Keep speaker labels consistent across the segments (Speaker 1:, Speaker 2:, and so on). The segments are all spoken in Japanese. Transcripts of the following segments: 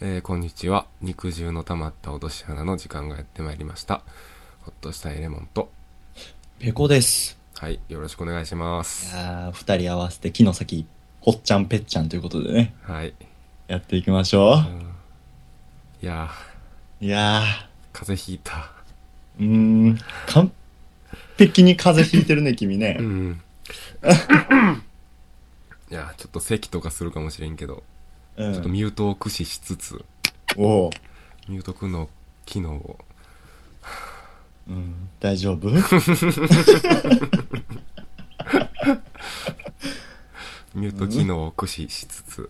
Speaker 1: えーこんにちは肉汁の溜まった落とし穴の時間がやってまいりましたほっとしたエレモンと
Speaker 2: ペコです。
Speaker 1: はいよろしくお願いしま
Speaker 2: い
Speaker 1: す
Speaker 2: やー二人合わせて木の先、ほっちゃんぺっちゃんということでね、
Speaker 1: はい、
Speaker 2: やっていきましょ
Speaker 1: うんいや
Speaker 2: う。いや
Speaker 1: ー風邪ひいた
Speaker 2: ー、うーん、完璧に風邪ひいてる ね、君ね
Speaker 1: う。んいやちょっと咳とかするかもしれんけど、
Speaker 2: う
Speaker 1: ちょっと
Speaker 2: ん。
Speaker 1: ミュートを駆使しつつ
Speaker 2: おう、
Speaker 1: ミュートくんの機能を
Speaker 2: うん、大丈 夫
Speaker 1: ミュート機能を駆使しつつ、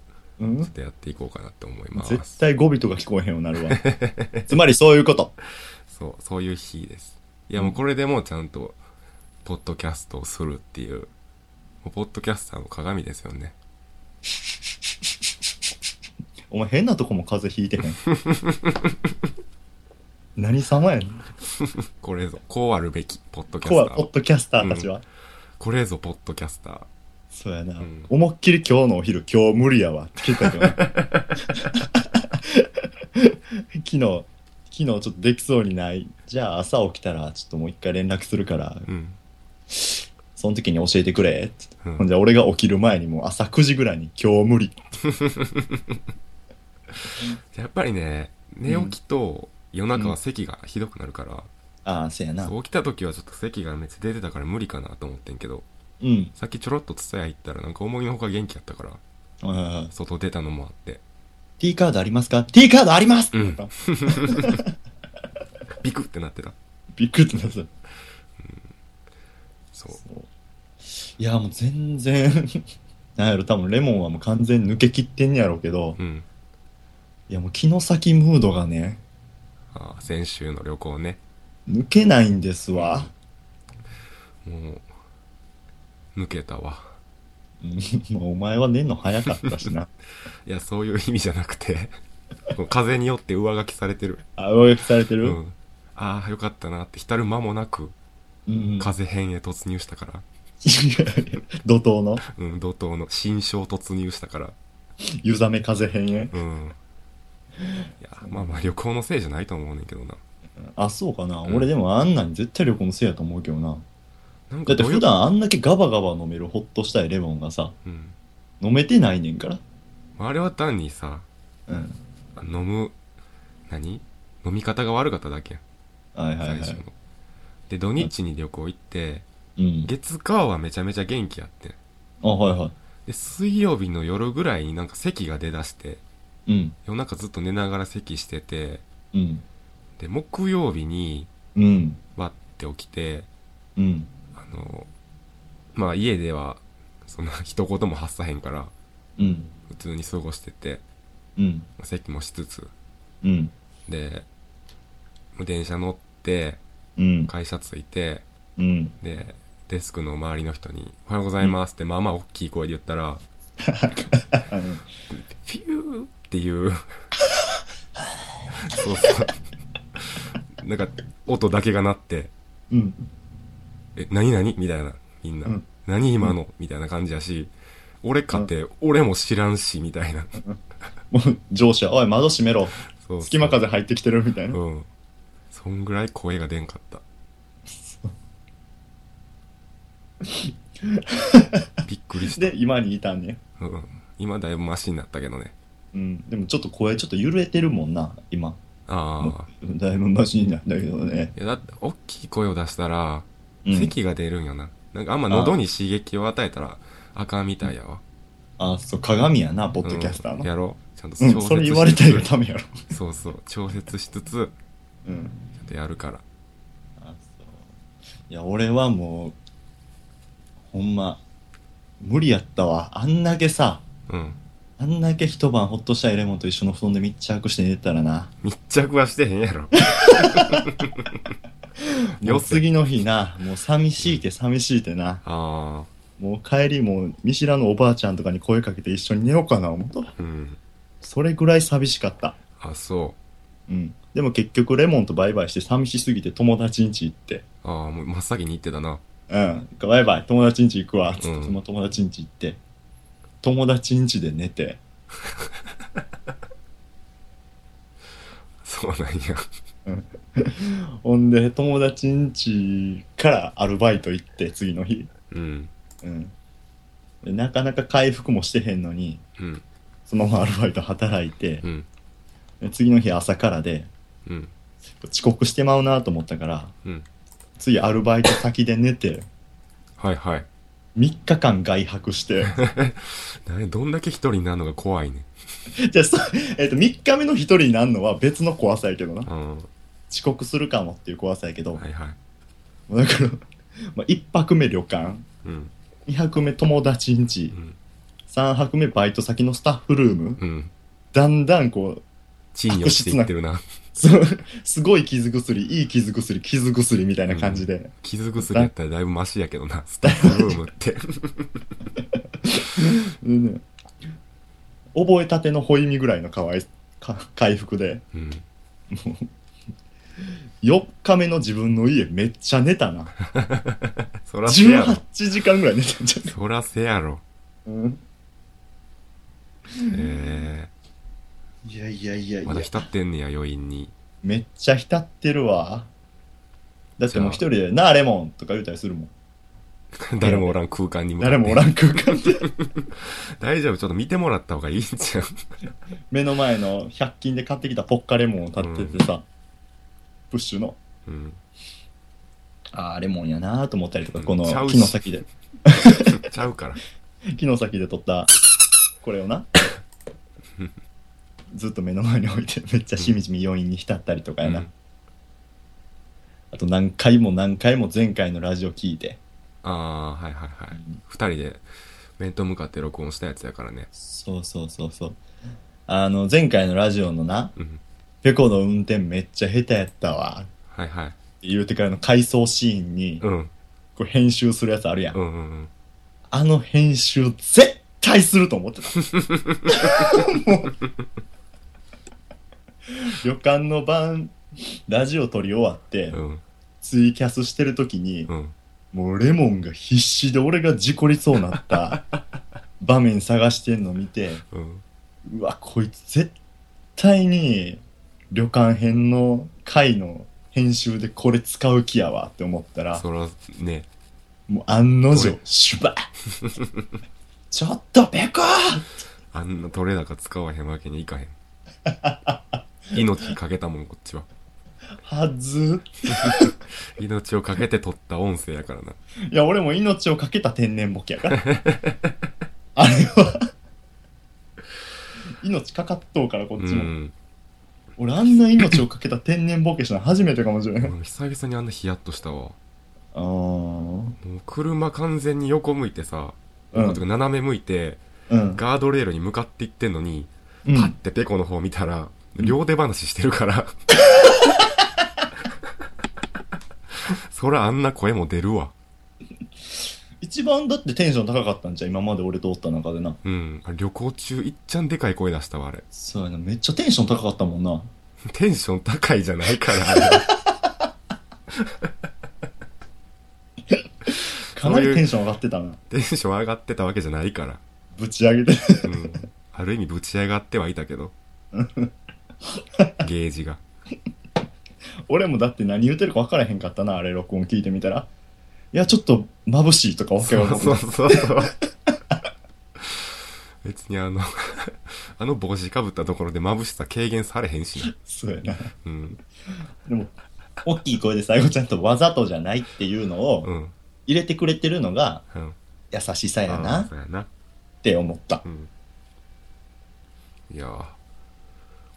Speaker 1: ち
Speaker 2: う
Speaker 1: ょっ
Speaker 2: ん
Speaker 1: とやっていこうかなと思いま
Speaker 2: 絶
Speaker 1: す。
Speaker 2: 対語尾とか聞こえへんようになる わ。つまりそういうこと。
Speaker 1: そう、そういう日です。いや、もうこれでもうちゃんと、ポッドキャストをするっていう、もうポッドキャスターの鏡ですよね。
Speaker 2: お前変なとこも風邪ひい てへん。何様やねん。
Speaker 1: これぞ、こうあるべき、ポッドキャ
Speaker 2: コ
Speaker 1: ス
Speaker 2: ア
Speaker 1: タ
Speaker 2: ポッ
Speaker 1: ー。
Speaker 2: ドキャスターたちは。
Speaker 1: これぞ、ポッドキャスター。
Speaker 2: そうやな、
Speaker 1: うん
Speaker 2: 思いっきり今日のお昼今日無理やわって聞いたけどね 昨日昨日ちょっとできそうにないじゃあ朝起きたらちょっともう一回連絡するから
Speaker 1: うん。
Speaker 2: その時に教えてくれって、
Speaker 1: う
Speaker 2: ほん
Speaker 1: ん、
Speaker 2: じゃ俺が起きる前にもう朝9時ぐらいに今日無理
Speaker 1: やっぱりね、寝起きと夜中は咳がひどくなるから、
Speaker 2: ああそうやな
Speaker 1: そう起きた時はちょっと咳がめっちゃ出てたから無理かなと思ってんけど、
Speaker 2: うん
Speaker 1: さっきちょろっと伝え行ったらなんか思いのほか元気やったから、
Speaker 2: ああ
Speaker 1: 外出たのもあって、
Speaker 2: T カードありますか ?T カードあります、
Speaker 1: うん
Speaker 2: とか
Speaker 1: ビクってなってた。
Speaker 2: びっくりってなった
Speaker 1: そう。
Speaker 2: そういやもう全然 なんやろ多分レモンはもう完全に抜けきってんやろうけど、
Speaker 1: うん。
Speaker 2: いやもう木の先ムードがね
Speaker 1: ああ、先週の旅行ね。
Speaker 2: 抜けないんですわ。
Speaker 1: もう、抜けたわ。
Speaker 2: うんまあ お前は寝んの早かったしな。
Speaker 1: いや、そういう意味じゃなくて、 もう風によって上書きされてる。
Speaker 2: あ、上書きされて
Speaker 1: う
Speaker 2: る、
Speaker 1: ん。ああ、よかったなって、浸る間もなく、
Speaker 2: うん、
Speaker 1: 風編へ突入したから、
Speaker 2: 怒涛の
Speaker 1: うん、怒涛の新章突入したから、
Speaker 2: 湯冷め風変へ。
Speaker 1: うん。いや、まあまあ旅行のせいじゃないと思うねんけどな。
Speaker 2: あ、そうかな。
Speaker 1: うん
Speaker 2: 俺でもあんなに絶対旅行のせいやと思うけどな。
Speaker 1: なん
Speaker 2: だ
Speaker 1: か
Speaker 2: って
Speaker 1: どういう
Speaker 2: 普、段あんだけガバガバ飲めるホッとしたいレモンがさ、
Speaker 1: うん。
Speaker 2: 飲めてないねんから。
Speaker 1: あれは単にさ、
Speaker 2: うん。
Speaker 1: 飲む、何飲み方が悪かっただけやん
Speaker 2: はいはいは
Speaker 1: 最初の。
Speaker 2: い。
Speaker 1: で、土日に旅行行って、
Speaker 2: うん。
Speaker 1: 月火はめちゃめちゃ元気やってん
Speaker 2: あ、はいは
Speaker 1: で水曜日の夜ぐらいになんか咳が出だして
Speaker 2: い。うん。
Speaker 1: 夜中ずっと寝ながら咳してて
Speaker 2: うん。
Speaker 1: で木曜日に
Speaker 2: うん。
Speaker 1: わって起きて
Speaker 2: うん。
Speaker 1: あのまあ家ではそんな 一言も発さへんから
Speaker 2: うん。
Speaker 1: 普通に過ごしてて
Speaker 2: うん。
Speaker 1: まあ咳もしつつ
Speaker 2: うん。
Speaker 1: で電車乗って
Speaker 2: うん。
Speaker 1: 会社着いて
Speaker 2: うん。
Speaker 1: でデスクの周りの人に「おはようございます」ってまあまあ大きい声で言ったらピューって いう。そうそう。なんか、音だけが鳴って、
Speaker 2: うん。
Speaker 1: え、何何みたいな、みんな。
Speaker 2: うん
Speaker 1: 何今のみたいな感じやし、俺かて、俺も知らんし、みたいな。
Speaker 2: もう上司は、おい、窓閉めろ。
Speaker 1: そうそう
Speaker 2: 隙間風入ってきてるみたいな。
Speaker 1: うん。そんぐらい声が出んか った。びっくりした
Speaker 2: で。、今にいたんね。
Speaker 1: うん、今だいぶマシになったけどね。
Speaker 2: うん。でもちょっと声ちょっと揺れてるもんな、今。
Speaker 1: ああ。
Speaker 2: だいぶマシになったけどね。
Speaker 1: いや、だって、大きい声を出したら、
Speaker 2: うん。
Speaker 1: 咳が出るんよな。なんかあんま喉に刺激を与えたらあかんみたいやわ。
Speaker 2: あ、そう、鏡やな、ポッドキャスター
Speaker 1: うん
Speaker 2: の。
Speaker 1: やろう。ちゃんと
Speaker 2: うん、それ言われたいが
Speaker 1: つ
Speaker 2: ためやろ。
Speaker 1: つ。そうそう。調節しつつ、
Speaker 2: うん。
Speaker 1: ちゃんとやるから。
Speaker 2: あ、そう。いや、俺はもう、ほんま、無理やったわ。あんだけさ、
Speaker 1: うん。
Speaker 2: あんだけ一晩ほっとしたいレモンと一緒の布団で密着して寝てたらな。
Speaker 1: 密着はしてへんや ろ。
Speaker 2: も
Speaker 1: よ
Speaker 2: う
Speaker 1: すぎ。
Speaker 2: 次の日な、もう寂しいて寂しいてな。
Speaker 1: あ
Speaker 2: もう帰りも見知らぬおばあちゃんとかに声かけて一緒に寝ようかな思った。
Speaker 1: あ。うん。
Speaker 2: それぐらい寂しかった。
Speaker 1: あ、そ
Speaker 2: うん。でも結局レモンとバイバイして寂しすぎて友達ん家行って。
Speaker 1: う。ああ、もう真っ先に言ってたな。
Speaker 2: うん。バイバイ、友達ん家行くわ。つって、
Speaker 1: うん
Speaker 2: その友達ん家行って。友達ん家で寝て。
Speaker 1: そうなんや。
Speaker 2: ほんで友達ん家からアルバイト行って次の日、
Speaker 1: うん。
Speaker 2: うん、でなかなか回復もしてへんのに
Speaker 1: うん。
Speaker 2: そのままアルバイト働いて
Speaker 1: う、ん。
Speaker 2: で次の日朝からで
Speaker 1: うん。
Speaker 2: 遅刻してまうなと思ったから
Speaker 1: うん。
Speaker 2: 次アルバイト先で寝て
Speaker 1: はいはい。
Speaker 2: 3日間外泊して
Speaker 1: 何どんだけ一人になるのが怖いねん。
Speaker 2: じゃあそ、えっと3日目の1人になるのは別の怖さやけどな
Speaker 1: うん。
Speaker 2: 遅刻するかもっていう怖さやけど、
Speaker 1: はいはい。
Speaker 2: だから、まあ、1泊目旅館
Speaker 1: うん。
Speaker 2: 2泊目友達ん
Speaker 1: う
Speaker 2: 家
Speaker 1: ん。
Speaker 2: 3泊目バイト先のスタッフルーム
Speaker 1: うん。
Speaker 2: だんだんこう
Speaker 1: 地位に落ちていってるな。
Speaker 2: す すごい傷薬いい傷薬傷薬みたいな感じで、
Speaker 1: 傷薬やったらだいぶマシやけ どな、スタッフルームって。
Speaker 2: うん覚えたてのホイミぐらいのかわいか回復で
Speaker 1: うん。
Speaker 2: 4日目の自分の家めっちゃ寝たな
Speaker 1: そらせやろ
Speaker 2: 18。時間ぐらい寝てんじゃん
Speaker 1: そらせやろ。
Speaker 2: うん
Speaker 1: え
Speaker 2: いやいやいや
Speaker 1: え
Speaker 2: い
Speaker 1: ま
Speaker 2: や
Speaker 1: だ浸ってんねや、余韻に。
Speaker 2: めっちゃ浸ってるわだってもう一人で「なあレモン」とか言うたりするもん
Speaker 1: 誰もおらん空間に向かって
Speaker 2: 誰もおらん空間で
Speaker 1: 大丈夫、ちょっと見てもらった方がいいんじゃん。
Speaker 2: 目の前の100均で買ってきたポッカレモンを立っててさ、プッシュの
Speaker 1: うん。
Speaker 2: ああレモンやなーと思ったりとか、
Speaker 1: うん
Speaker 2: この
Speaker 1: ちゃうし
Speaker 2: 木の先で
Speaker 1: ちゃうから。
Speaker 2: 木の先で取ったこれ をなずっと目の前に置いてめっちゃしみじみ余韻に浸ったりとかやな、
Speaker 1: うん
Speaker 2: あと何回も何回も前回のラジオ聞いて
Speaker 1: ああ、はいはいはい。二人で面と向かって録音したやつやからね。
Speaker 2: そうそうそうそうあの前回のラジオのな
Speaker 1: うん。
Speaker 2: ペコの運転めっちゃ下手やったわって
Speaker 1: はいはい。
Speaker 2: 言うてからの回想シーンに
Speaker 1: うん。
Speaker 2: こう編集するやつあるやん、
Speaker 1: うんうんうん。
Speaker 2: あの編集絶対すると思ってた もう旅館の晩ラジオ撮り終わって、
Speaker 1: うん。
Speaker 2: ツイキャスしてる時に
Speaker 1: う、ん。
Speaker 2: もうレモンが必死で俺が事故りそうなった 場面探してんの見て
Speaker 1: うん。
Speaker 2: うわこいつ絶対に旅館編の回の編集でこれ使う気やわって思ったら
Speaker 1: そら、ね。
Speaker 2: もう案の
Speaker 1: ど
Speaker 2: 定
Speaker 1: れ
Speaker 2: シュバッ ちょっとペコー
Speaker 1: あんな取れ高使わへんわけにいかへん。 命かけたもん、こっちは。
Speaker 2: はず
Speaker 1: 命をかけて撮った音声やからな。
Speaker 2: いや俺も命を懸けた天然ボケやから あれは命かかっとうからこ
Speaker 1: う
Speaker 2: っちも、
Speaker 1: ん。
Speaker 2: 俺あんな命を懸けた天然ボケしたの初めてかもしれな
Speaker 1: う
Speaker 2: い
Speaker 1: ん久々にあんなヒヤッとしたわ。
Speaker 2: あー
Speaker 1: もう車完全に横向いてさ、
Speaker 2: うん
Speaker 1: とか斜め向いて、
Speaker 2: うん
Speaker 1: ガードレールに向かっていってんのに、
Speaker 2: う
Speaker 1: パッ
Speaker 2: ん
Speaker 1: てペコの方見たら、両手話してる から。そらあんな声も出るわ。
Speaker 2: 一番だってテンション高かったんじゃん今まで俺とおった中でな
Speaker 1: うん。あ旅行中、いっちゃんでかい声出したわ、あれ。
Speaker 2: そうやなめっちゃテンション高かったもんな
Speaker 1: テンション高いじゃないから、あれ。
Speaker 2: かなりテンション上がってたな
Speaker 1: テンション上がってたわけじゃないから。
Speaker 2: ぶち上げて
Speaker 1: うん。ある意味ぶち上がってはいたけど。ゲージが。
Speaker 2: 俺もだって何言うてるか分からへんかったなあれ録音聞いてみたらいやちょっと眩しいとかわけ
Speaker 1: そ
Speaker 2: わ
Speaker 1: う
Speaker 2: かん
Speaker 1: そ
Speaker 2: な
Speaker 1: う
Speaker 2: い
Speaker 1: そうそう。別にあの、あの帽子かぶったところで眩しさ軽減されへんしな。
Speaker 2: そうやな
Speaker 1: うん。
Speaker 2: でも大きい声で最後ちゃんとわざとじゃないっていうの
Speaker 1: う
Speaker 2: を
Speaker 1: ん。
Speaker 2: 入れてくれてるのが
Speaker 1: うん。
Speaker 2: 優しさ
Speaker 1: あ
Speaker 2: やな
Speaker 1: ーそうやな。
Speaker 2: って思った
Speaker 1: うん。いやー、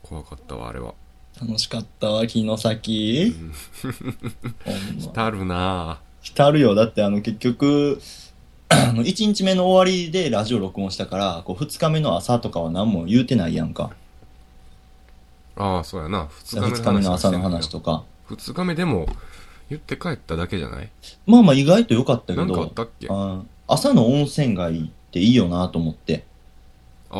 Speaker 1: 怖かったわ、あれは。
Speaker 2: 楽しかったわ木の先ほんま
Speaker 1: たるな
Speaker 2: 浸るよだってあの結局 あの1日目の終わりでラジオ録音したからこう2日目の朝とかは何も言うてないやんか
Speaker 1: ー。ああ、そうやな。二日目の
Speaker 2: 2日目の朝の話とか
Speaker 1: 二日目でも、言って帰っただけじゃない
Speaker 2: まあまあ意外と良かったけ
Speaker 1: な
Speaker 2: ど
Speaker 1: んかあったっけあ
Speaker 2: あ朝の温泉街っていいよなと思ってあ
Speaker 1: あー。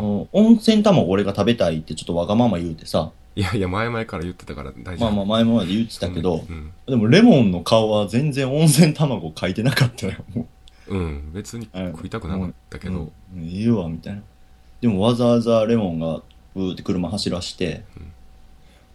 Speaker 2: の温泉卵俺が食べたいってちょっとわがまま言うてさ
Speaker 1: いやいや、前々から言ってたから大丈
Speaker 2: ま
Speaker 1: 夫。
Speaker 2: あまあ前まで言ってたけど
Speaker 1: うん。
Speaker 2: でもレモンの顔は全然温泉卵書いてなかったよもう
Speaker 1: うん。別に食いたくなかったけど。
Speaker 2: うん、いいわみたいなでもわざわざレモンがブーって車走らして、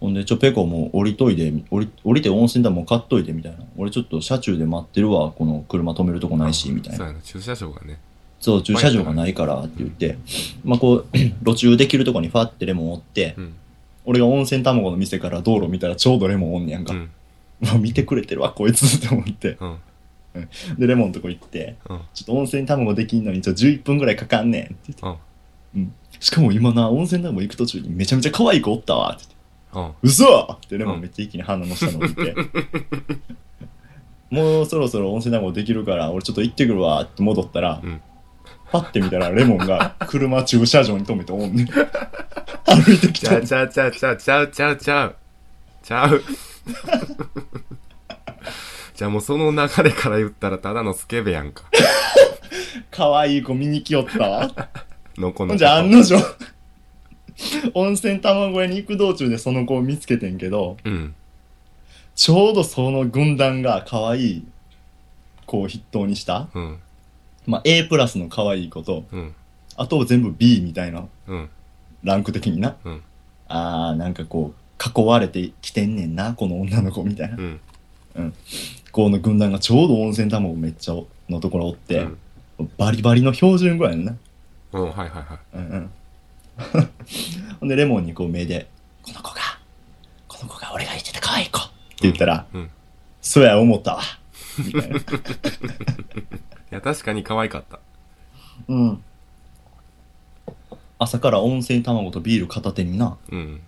Speaker 2: ほんで、ちょ、ペコもう降りといで、降り降りて温泉だ、もう買っといて、みたいな。俺ちょっと車中で待ってるわ、この車止めるとこないし、みたい
Speaker 1: そ
Speaker 2: な
Speaker 1: う。やな、駐車場がね。
Speaker 2: そう、駐車場がないからって言って、まあこう、 路中できるとこにファってレモンおって
Speaker 1: う、ん。
Speaker 2: 俺が温泉卵の店から道路見たらちょうどレモンおんねやん
Speaker 1: う
Speaker 2: か。
Speaker 1: ん。
Speaker 2: うわ見てくれてるわ、こいつって思って。
Speaker 1: うん。
Speaker 2: で、レモンのとこ行って、
Speaker 1: うん。
Speaker 2: ちょっと温泉卵できんのに、ちょ、11分ぐらいかかんねんって言って。
Speaker 1: うん。
Speaker 2: しかも今な、温泉卵行く途中にめちゃめちゃ可愛い子おったわって言って。
Speaker 1: うん。
Speaker 2: 嘘ってレモンめっちゃ一気に反応したのを見て、もうそろそろ温泉卵できるから俺ちょっと行ってくるわって戻ったら、
Speaker 1: うん
Speaker 2: パッて見たらレモンが車駐車場に止めておん ねん歩いてき
Speaker 1: ちゃ
Speaker 2: た
Speaker 1: うちゃうちゃうちゃうちゃうちゃうちゃう。ちゃう。 じゃあもうその流れから言ったらただのスケベやんか。
Speaker 2: 可愛い子見に来よったわ
Speaker 1: のこの
Speaker 2: ほ
Speaker 1: こ。
Speaker 2: んじゃ案の定温泉卵屋に行く道中でその子を見つけてんけど
Speaker 1: うん。
Speaker 2: ちょうどその軍団が可愛い子を筆頭にした、
Speaker 1: うん。
Speaker 2: まあ、A プラスの可愛い子と
Speaker 1: うん。
Speaker 2: あと全部 B みたいな
Speaker 1: うん。
Speaker 2: ランク的にな、
Speaker 1: うん
Speaker 2: あーなんかこう囲われてきてんねんなこの女の子みたいな、
Speaker 1: うん。
Speaker 2: この軍団がちょうど温泉卵めっちゃのところおっ
Speaker 1: う
Speaker 2: て、
Speaker 1: ん。
Speaker 2: バリバリの標準ぐらいのな、
Speaker 1: うん。はいはいはい。
Speaker 2: うんうん、 ほんでレモンにこう目で「この子がこの子が俺が言ってた可愛い子」って言ったら「
Speaker 1: うん。
Speaker 2: そや思ったわ」みたいな
Speaker 1: いや、確かに可愛かった。
Speaker 2: うん朝から温泉卵とビール片手にな
Speaker 1: うん。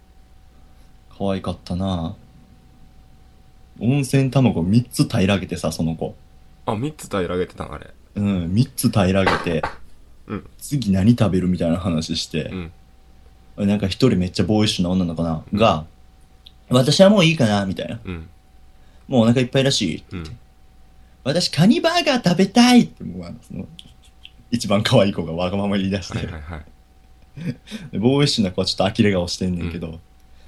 Speaker 2: 可愛かったな温泉卵3つ平らげてさその子
Speaker 1: あ、3つ平らげてたんあれ。
Speaker 2: うん、3つ平らげて、
Speaker 1: うん
Speaker 2: 次何食べるみたいな話して
Speaker 1: う、ん。
Speaker 2: なんか1人めっちゃボーイッシュな女の子な、が、私はもういいかな、みたいな。
Speaker 1: うん。
Speaker 2: もうお腹いっぱいらしい。
Speaker 1: うん。
Speaker 2: 私、カニバーガー食べたいって、もうあの、その、一番可愛い子がわがまま言い出し
Speaker 1: はい
Speaker 2: て、
Speaker 1: はいはい。
Speaker 2: でボーイッシュな子はちょっと呆れ顔してんねんけど、
Speaker 1: い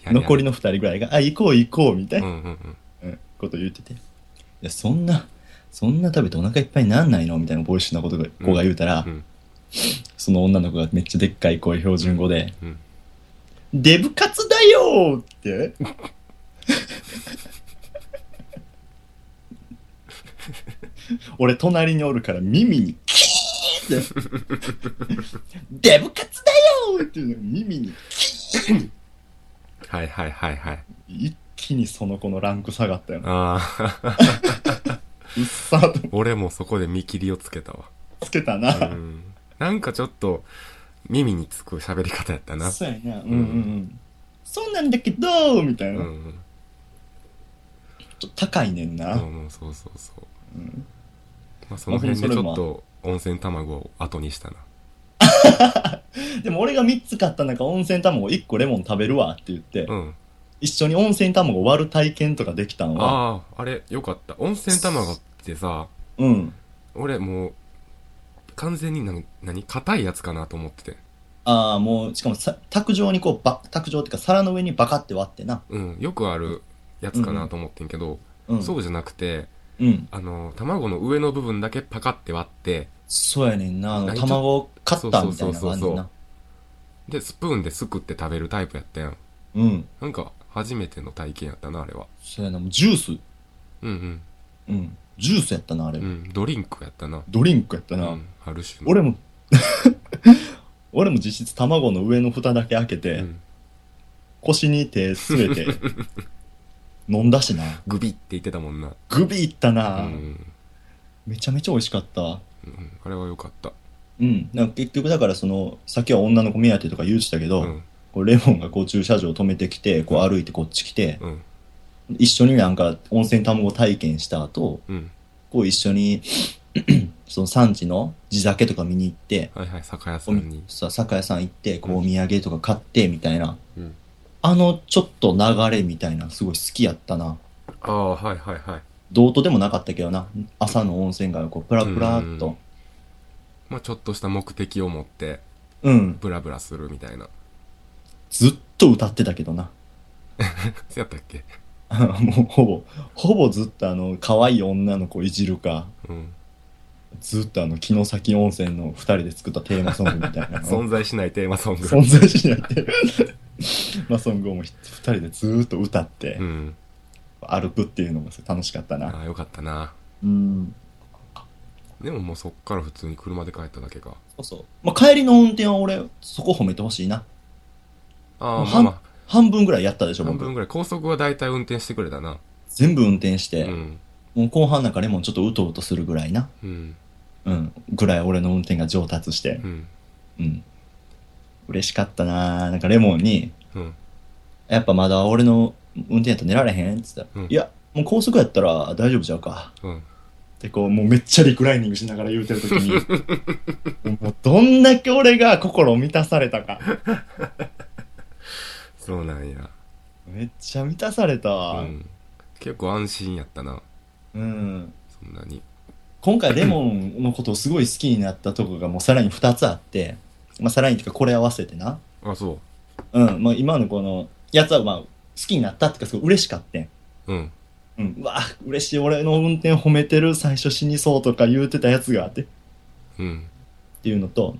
Speaker 1: や
Speaker 2: 残りの2人ぐらいが、あ、行こう行こう、みたい
Speaker 1: うん
Speaker 2: な、
Speaker 1: うんうん。
Speaker 2: うんこと言ってて。いや、そんな、そんな食べてお腹いっぱいになんないのみたいなボーイッシュなことが子が言うたら、
Speaker 1: うん。
Speaker 2: その女の子がめっちゃでっかい声標準語で、
Speaker 1: うん。
Speaker 2: デブカツだよーって。俺隣におるから耳にキーンって。デブカツだよーっていうのが耳に
Speaker 1: はいはいはいはい。
Speaker 2: 一気にその子のランク下がったよな。
Speaker 1: ああ、
Speaker 2: うっさーと
Speaker 1: 俺もそこで見切りをつけたわ。
Speaker 2: つけたな。
Speaker 1: うん。なんかちょっと、耳につく喋り方やったな。
Speaker 2: そうやな。うんうんうん。そうなんだけどーみた
Speaker 1: う
Speaker 2: い
Speaker 1: ん
Speaker 2: な。
Speaker 1: う
Speaker 2: ちょ
Speaker 1: ん。
Speaker 2: っと高いねんな。
Speaker 1: うんうん、そうそうそう。
Speaker 2: うん
Speaker 1: まあ、その辺
Speaker 2: ま
Speaker 1: で
Speaker 2: あ
Speaker 1: ち
Speaker 2: で
Speaker 1: ょ
Speaker 2: も
Speaker 1: っ
Speaker 2: そ
Speaker 1: と温泉卵を後にしたな。
Speaker 2: でも俺が3つ買った中、温泉卵1個レモン食べるわって言って、
Speaker 1: うん。
Speaker 2: 一緒に温泉卵割る体験とかできたのは、
Speaker 1: ああ、あれ、よかった。温泉卵ってさ、
Speaker 2: うん。
Speaker 1: 俺もう、完全に何、何硬いやつかなと思ってて。
Speaker 2: ああ、もう、しかもさ、卓上にこう、ば、卓上っていうか皿の上にバカって割ってな。
Speaker 1: うん。よくあるやつかなと思ってんけど、
Speaker 2: うん。。
Speaker 1: そううじゃなくて、
Speaker 2: うん。
Speaker 1: あの、卵の上の部分だけパカって割って、
Speaker 2: そうやねんな。あの、
Speaker 1: 何ちょ
Speaker 2: 卵をカッターみたいな
Speaker 1: そうそうそうそう
Speaker 2: 感じな。
Speaker 1: で、スプーンですくって食べるタイプやったやん。
Speaker 2: うん。
Speaker 1: なんか、初めての体験やったな、あれは。
Speaker 2: そうやな。もうジュース。
Speaker 1: うん
Speaker 2: うん。ジュースやったな、あれ。
Speaker 1: うん。うん、ドリンクやったな。
Speaker 2: ドリンクやった
Speaker 1: う
Speaker 2: な。
Speaker 1: ん、ある種の。
Speaker 2: 俺も、俺も実質卵の上の蓋だけ開けて、
Speaker 1: うん、
Speaker 2: 腰に手据え て、飲んだしな。
Speaker 1: グビって言ってたもんな。
Speaker 2: グビいった
Speaker 1: う
Speaker 2: な、
Speaker 1: ん。
Speaker 2: めちゃめちゃ美味しかったわ。
Speaker 1: うん、あれは良かった。
Speaker 2: うん、なんか結局だからそのさっきは女の子目当てとか言うてたけど、
Speaker 1: うん、
Speaker 2: こうレモンがこう駐車場止めてきてこう歩いてこっち来て、
Speaker 1: うん、
Speaker 2: 一緒になんか温泉卵体験した後
Speaker 1: うん。
Speaker 2: こう一緒に その産地の地酒とか見に行って
Speaker 1: はいはい、酒屋さ
Speaker 2: お
Speaker 1: んに
Speaker 2: み。さ酒屋さん行ってこうお土産とか買ってみたいな、
Speaker 1: うん
Speaker 2: あのちょっと流れみたいなすごい好きやったな
Speaker 1: ああ、はいはいはい。
Speaker 2: どうとでもなかったけどな朝の温泉街をこうプラプラっと
Speaker 1: まあちょっとした目的を持って、
Speaker 2: うん
Speaker 1: ブラブラするみたいな。
Speaker 2: ずっと歌ってたけどな
Speaker 1: そうやったっけ
Speaker 2: もうほぼ、ほぼずっとあの、可愛い女の子いじるか、
Speaker 1: うん。
Speaker 2: ずっとあの、城崎 温泉の二人で作ったテーマソングみたいなの
Speaker 1: 存在しないテーマソング。
Speaker 2: 存在しないって。 まあ、その後も2人でずーっと歌って、
Speaker 1: うん。
Speaker 2: 歩くっていうのも楽しかったな。
Speaker 1: ああ、よかったな。
Speaker 2: うん。
Speaker 1: でももうそっから普通に車で帰っただけか。
Speaker 2: そうそう。まあ、帰りの運転は俺、そこ褒めてほしいな。
Speaker 1: ああ、まあ
Speaker 2: 半
Speaker 1: ま
Speaker 2: 半分ぐらいやったでし
Speaker 1: あ、
Speaker 2: ょ、
Speaker 1: 半
Speaker 2: 僕
Speaker 1: 分。ぐらい。高速は大体運転してくれたな。
Speaker 2: 全部運転して、
Speaker 1: うん。
Speaker 2: もう後半なんかレモンちょっとうとうとするぐらいな。
Speaker 1: うん。
Speaker 2: うん。ぐらい俺の運転が上達して
Speaker 1: う。ん。
Speaker 2: うん。嬉しかったななんかレモンに、
Speaker 1: うん。
Speaker 2: やっぱまだ俺の運転やったら寝られへんって言ったら、
Speaker 1: うん
Speaker 2: いや、もう高速やったら大丈夫ちゃうか。
Speaker 1: うん。
Speaker 2: ってこう、もうめっちゃリクライニングしながら言うてるときに、 もうどんだけ俺が心を満たされたか。
Speaker 1: そうなんや。
Speaker 2: めっちゃ満たされた
Speaker 1: う
Speaker 2: わ。うん。
Speaker 1: ん。結構安心やったな。そんなに。
Speaker 2: 今回レモンのことをすごい好きになったとこがもうさらに2つあって、まあさらにっていうかこれ合わせてな。
Speaker 1: あ、そ
Speaker 2: うん。まあ今のこのやつはまあ好きになったっていうかすごい嬉しかった
Speaker 1: う。うん。
Speaker 2: うん。うわあ、嬉しい。俺の運転褒めてる。最初死にそうとか言うてたやつがあって。
Speaker 1: うん。
Speaker 2: っていうのと、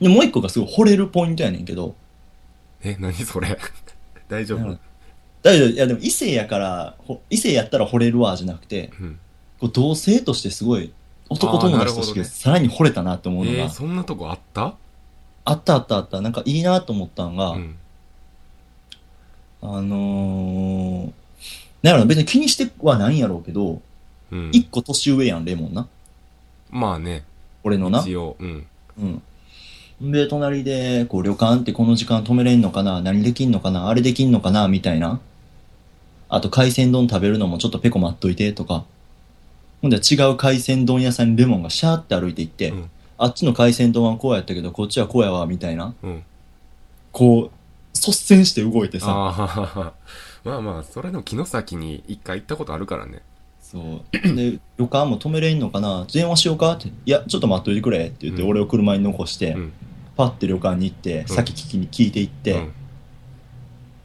Speaker 2: でもう一個がすごい惚れるポイントやねんけど、
Speaker 1: え、何それ 大丈
Speaker 2: う
Speaker 1: 夫
Speaker 2: んだけど、いやでも異性やから、ほ異性やったら惚れるわじゃなくて、
Speaker 1: うん。
Speaker 2: こう同性としてすごい男友達と
Speaker 1: あーなるほ
Speaker 2: し
Speaker 1: どね
Speaker 2: てさらに惚れたなって思うの
Speaker 1: え
Speaker 2: が、
Speaker 1: ー、そんなとこあった
Speaker 2: あったあったあった、なんかいいなと思ったんが、
Speaker 1: うん。
Speaker 2: あのー、なんやろ、別に気にしてはないんやろうけど、
Speaker 1: うん。
Speaker 2: 一個年上やん、レモンな。
Speaker 1: まあね。
Speaker 2: 俺のな。
Speaker 1: 一応。うん。
Speaker 2: うん。で、隣で、こう、旅館ってこの時間止めれんのかな何できんのかなあれできんのかなみたいな。あと、海鮮丼食べるのもちょっとペコ待っといて、とか。ほんで、違う海鮮丼屋さんにレモンがシャーって歩いていって、
Speaker 1: うん
Speaker 2: あっちの海鮮丼はこうやったけど、こっちはこうやわ、みたいな。
Speaker 1: うん。
Speaker 2: こう、率先して動いてさ。
Speaker 1: ああ、 まあまあ、それでも城崎に一回行ったことあるからね。
Speaker 2: そう。 で、旅館も止めれんのかな電話しようかって。いや、ちょっと待っといてくれ。って言って、
Speaker 1: うん
Speaker 2: 俺を車に残して、
Speaker 1: うん
Speaker 2: パッて旅館に行って、さっき聞きに聞いていって、
Speaker 1: うん。
Speaker 2: い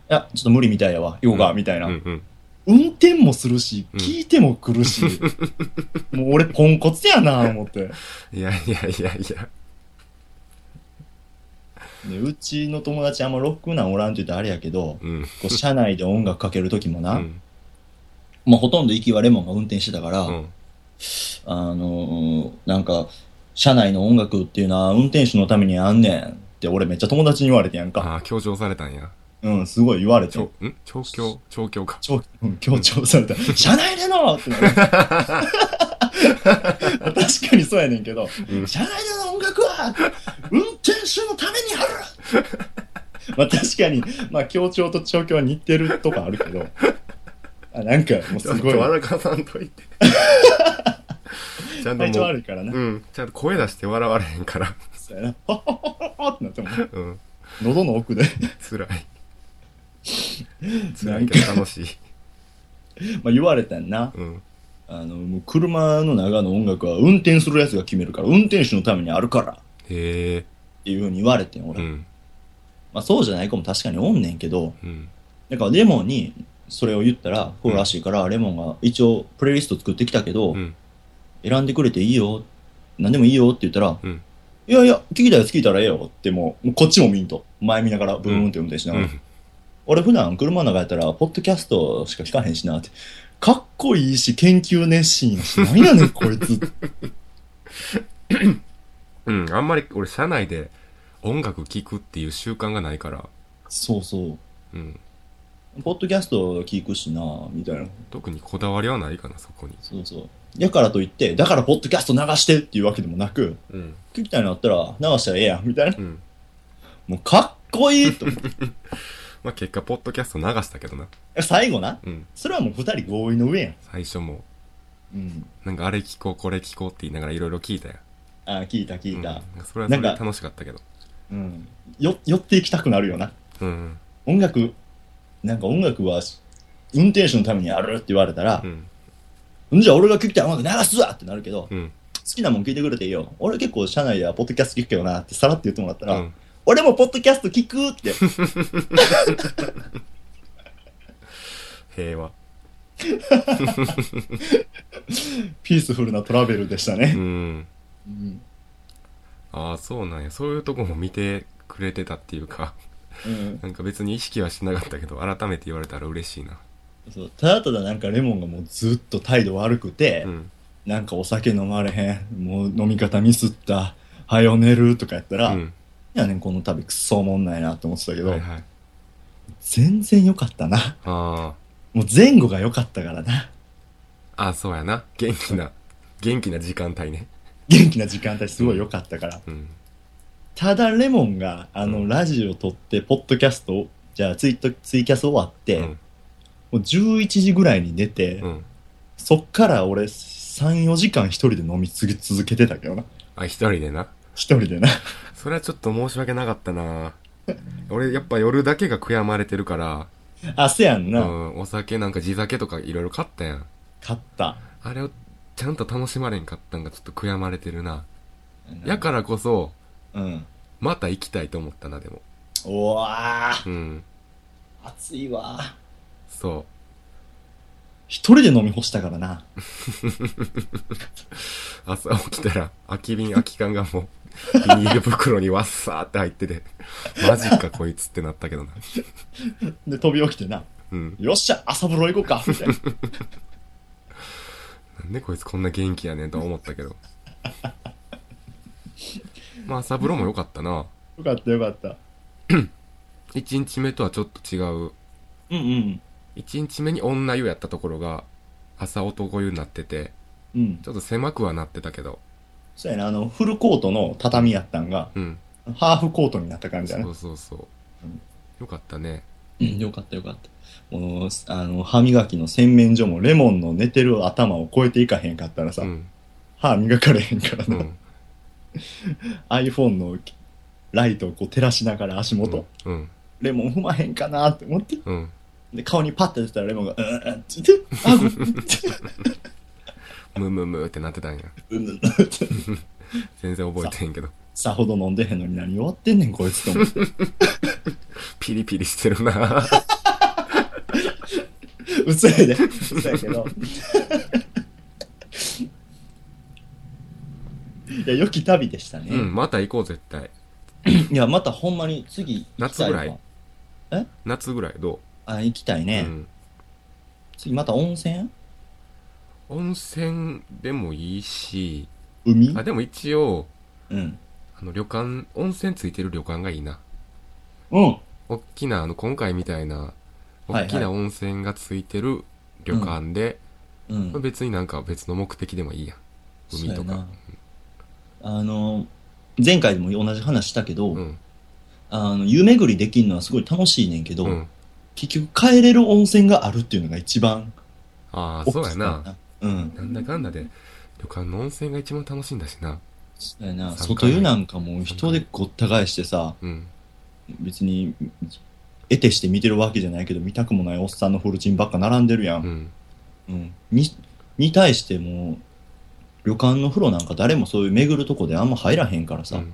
Speaker 2: や、ちょっと無理みたいやわ、ヨガ、
Speaker 1: う
Speaker 2: みたいな、
Speaker 1: うんうん。
Speaker 2: 運転もするし、
Speaker 1: うん
Speaker 2: 聞いても来る し、もう俺ポンコツやな、思って。
Speaker 1: いやいやいやいや。
Speaker 2: で、うちの友達あんまロックなんおらんって言ってあれやけど、
Speaker 1: うん。
Speaker 2: こ う車内で音楽かけるときも
Speaker 1: う
Speaker 2: な、
Speaker 1: ん。
Speaker 2: まあほとんど行きはレモンが運転してたから、
Speaker 1: うん。
Speaker 2: あのーなんか、車内の音楽っていうのは運転手のためにあんねんって俺めっちゃ友達に言われてやんか。
Speaker 1: ああ、強調されたんや。
Speaker 2: うん、すごい言われて
Speaker 1: ち。ょ、ん調教調教か。
Speaker 2: 超うん強調され た。車内でのってなる。確かにそうやねんけど、
Speaker 1: うん
Speaker 2: 車内での音楽は運転手のためにある まあ確かに、まあ強調と調教は似てるとかあるけど、あなんかもう
Speaker 1: ち
Speaker 2: す
Speaker 1: ょっと
Speaker 2: ごい
Speaker 1: 笑かさんとい て。ちゃんと
Speaker 2: 体調
Speaker 1: もう、
Speaker 2: 悪いからな。
Speaker 1: うん。ちゃんと声出して笑われへんから。
Speaker 2: そうやな。ほほほほほってなっても、
Speaker 1: うん。
Speaker 2: 喉の奥で、
Speaker 1: 辛 い。辛いけど楽しい。
Speaker 2: まあ言われたんな。
Speaker 1: うん。
Speaker 2: あの、もう車の中の音楽は運転するやつが決めるから、運転手のためにあるからっ
Speaker 1: へえ。
Speaker 2: ていうふうに言われてん、
Speaker 1: う
Speaker 2: 俺。
Speaker 1: ん。
Speaker 2: まあそうじゃない子も確かにおんねんけど、
Speaker 1: うん。
Speaker 2: だからレモンにそれを言ったら、こうらしいから、レモンが一応プレイリスト作ってきたけど、
Speaker 1: うん。
Speaker 2: 選んでくれていいよ、何でもいいよって言ったら、
Speaker 1: うん
Speaker 2: いやいや、聞きたいやつ聞いたらええよってもう、もうこっちも見んと。前見ながら、ブーンって運転しな
Speaker 1: う
Speaker 2: がら。
Speaker 1: ん。
Speaker 2: 俺普段車の中やったら、ポッドキャストしか聞かへんしなって。かっこいいし、研究熱心やし、何やねん、こいつ。
Speaker 1: うん。あんまり俺、社内で音楽聴くっていう習慣がないから。
Speaker 2: そうそう。
Speaker 1: うん。
Speaker 2: ポッドキャスト聞くしな、みたいな。
Speaker 1: 特にこだわりはないかな、そこに。
Speaker 2: そうそう。やからといって、だからポッドキャスト流してっていうわけでもなく、
Speaker 1: うん。
Speaker 2: 聞きたいのあったら流したらええやん、みたいな。
Speaker 1: うん。
Speaker 2: もうかっこいいと思って。
Speaker 1: まあ、結果、ポッドキャスト流したけどな。
Speaker 2: 最後な。
Speaker 1: うん。
Speaker 2: それはもう二人合意の上やん。
Speaker 1: 最初も、
Speaker 2: うん。
Speaker 1: なんかあれ聞こう、これ聞こうって言いながらいろいろ聞いたやん。
Speaker 2: あー聞いた聞いた。
Speaker 1: うん、それはそれで
Speaker 2: なんか
Speaker 1: 楽しかったけど。
Speaker 2: うん。よ、寄っていきたくなるよな。
Speaker 1: うん。
Speaker 2: 音楽、なんか音楽は、運転手のためにあるって言われたら
Speaker 1: う、ん。
Speaker 2: ん、じゃあ俺が聞きたい音楽流すわってなるけど、好
Speaker 1: うん。
Speaker 2: きなもん聞いてくれていいよ。俺結構社内ではポッドキャスト聞くけどなってさらって言ってもらった
Speaker 1: う
Speaker 2: ら、
Speaker 1: ん。
Speaker 2: 俺もポッドキャスト聞くって、
Speaker 1: 平和。
Speaker 2: ピースフルなトラベルでした
Speaker 1: う
Speaker 2: ね。
Speaker 1: ん。
Speaker 2: うん
Speaker 1: ああ、そうなんや。そういうとこも見てくれてたっていうか、
Speaker 2: うん。
Speaker 1: なんか別に意識はしなかったけど改めて言われたら嬉しいな
Speaker 2: そうただただなんかレモンがもうずっと態度悪くて、
Speaker 1: うん
Speaker 2: なんかお酒飲まれへん、もう飲み方ミスった、はよ寝るとかやった
Speaker 1: う
Speaker 2: ら、い
Speaker 1: ん
Speaker 2: やねんこの旅くっそおもんないなと思ってたけど、
Speaker 1: はいはい
Speaker 2: 全然良かったな。
Speaker 1: あ
Speaker 2: もう前後が良かったからな。
Speaker 1: ーあそうやな元気な元気な時間帯ね
Speaker 2: 元気な時間帯すごい良かったから。
Speaker 1: うん
Speaker 2: ただレモンが、あ
Speaker 1: う
Speaker 2: の、
Speaker 1: ん
Speaker 2: ラジオ撮って、ポッドキャストを、じゃあツイート、ツイキャス終わって、
Speaker 1: う
Speaker 2: も
Speaker 1: ん
Speaker 2: う11時ぐらいに寝て、
Speaker 1: うん
Speaker 2: そっから俺3、4時間一人で飲みつぎ続けてたけどな。
Speaker 1: あ一人でな
Speaker 2: 一人でな。
Speaker 1: それはちょっと申し訳なかったな俺やっぱ夜だけが悔やまれてるから
Speaker 2: あ、せやん
Speaker 1: う
Speaker 2: な。
Speaker 1: んお酒なんか地酒とかいろいろ買ったやん
Speaker 2: 買った。
Speaker 1: あれをちゃんと楽しまれんかったんがちょっと悔やまれてるなやからこそ
Speaker 2: うん。
Speaker 1: また行きたいと思ったなでも
Speaker 2: うわー
Speaker 1: うん
Speaker 2: 暑いわー
Speaker 1: そ
Speaker 2: 一人で飲み干したからな。
Speaker 1: う朝起きたら空き瓶空き缶がもうビニール袋にわっさーって入っててマジかこいつってなったけどな
Speaker 2: で、飛び起きてな。
Speaker 1: うん
Speaker 2: よっしゃ、朝風呂行こうかみ たいな。
Speaker 1: なんでこいつこんな元気やねんとは思ったけどまあ朝風呂も良かったな
Speaker 2: よかったよかった。
Speaker 1: 1日目とはちょっと違う
Speaker 2: うんうん。
Speaker 1: 1日目に女湯やったところが朝男湯になってて
Speaker 2: うん。
Speaker 1: ちょっと狭くはなってたけど
Speaker 2: そうやな、あの、フルコートの畳やったんが、
Speaker 1: うん
Speaker 2: ハーフコートになった感じやな
Speaker 1: そ。うそうそう
Speaker 2: うん
Speaker 1: よかったね
Speaker 2: うん、よかったよかった。もう、あの、歯磨きの洗面所もレモンの寝てる頭を超えていかへんかったらさ、
Speaker 1: うん
Speaker 2: 歯磨かれへんから
Speaker 1: う
Speaker 2: な。
Speaker 1: ん
Speaker 2: iPhone のライトをこう照らしながら足元、
Speaker 1: うん
Speaker 2: レモン踏まへんかなって思って、
Speaker 1: うん
Speaker 2: で、顔にパッて出たらレモンが、うんうんって言って、あ、ごめん
Speaker 1: ムムムってなってたんや
Speaker 2: うんうんって
Speaker 1: 全然覚えてへんけど
Speaker 2: さほど飲んでへんのに何終わってんねん、こいつと思って。
Speaker 1: ピリピリしてるな
Speaker 2: うついで。うつやけ ど。いや、良き旅でしたね。
Speaker 1: うんまた行こう絶対
Speaker 2: いや、またほんまに次行きたいわ
Speaker 1: 夏ぐらい夏ぐらいど、
Speaker 2: あ、行きたいうね。
Speaker 1: うん、
Speaker 2: 次また温泉
Speaker 1: 温泉でもいいし
Speaker 2: 海
Speaker 1: あでも一応
Speaker 2: うん。
Speaker 1: あの旅館温泉ついてる旅館がいいな
Speaker 2: うん。
Speaker 1: おっきなあの今回みたいな
Speaker 2: はいはい
Speaker 1: 大きな温泉がついてる旅館で、
Speaker 2: うん。
Speaker 1: 別になんか別の目的でもいいやん海
Speaker 2: そ
Speaker 1: と
Speaker 2: うや
Speaker 1: か
Speaker 2: なあの、前回でも同じ話したけど、
Speaker 1: うん
Speaker 2: あの、湯巡りできるのはすごい楽しいねんけど、
Speaker 1: うん
Speaker 2: 結局帰れる温泉があるっていうのが一番
Speaker 1: あ
Speaker 2: 大
Speaker 1: あ
Speaker 2: きい
Speaker 1: そうやな
Speaker 2: かな。うん。
Speaker 1: なんだかんだで旅館の温泉が一番楽しいんだしな
Speaker 2: そうやな。
Speaker 1: 三回
Speaker 2: 外湯なんかもう人でごった返してさ、
Speaker 1: うん
Speaker 2: 別に、得てして見てるわけじゃないけど、見たくもないおっさんのフルチンばっか並んでるや。
Speaker 1: うんん
Speaker 2: うん。に、に対してもう、旅館の風呂なんか誰もそういう巡るとこであんま入らへんから
Speaker 1: う
Speaker 2: さ、
Speaker 1: ん
Speaker 2: も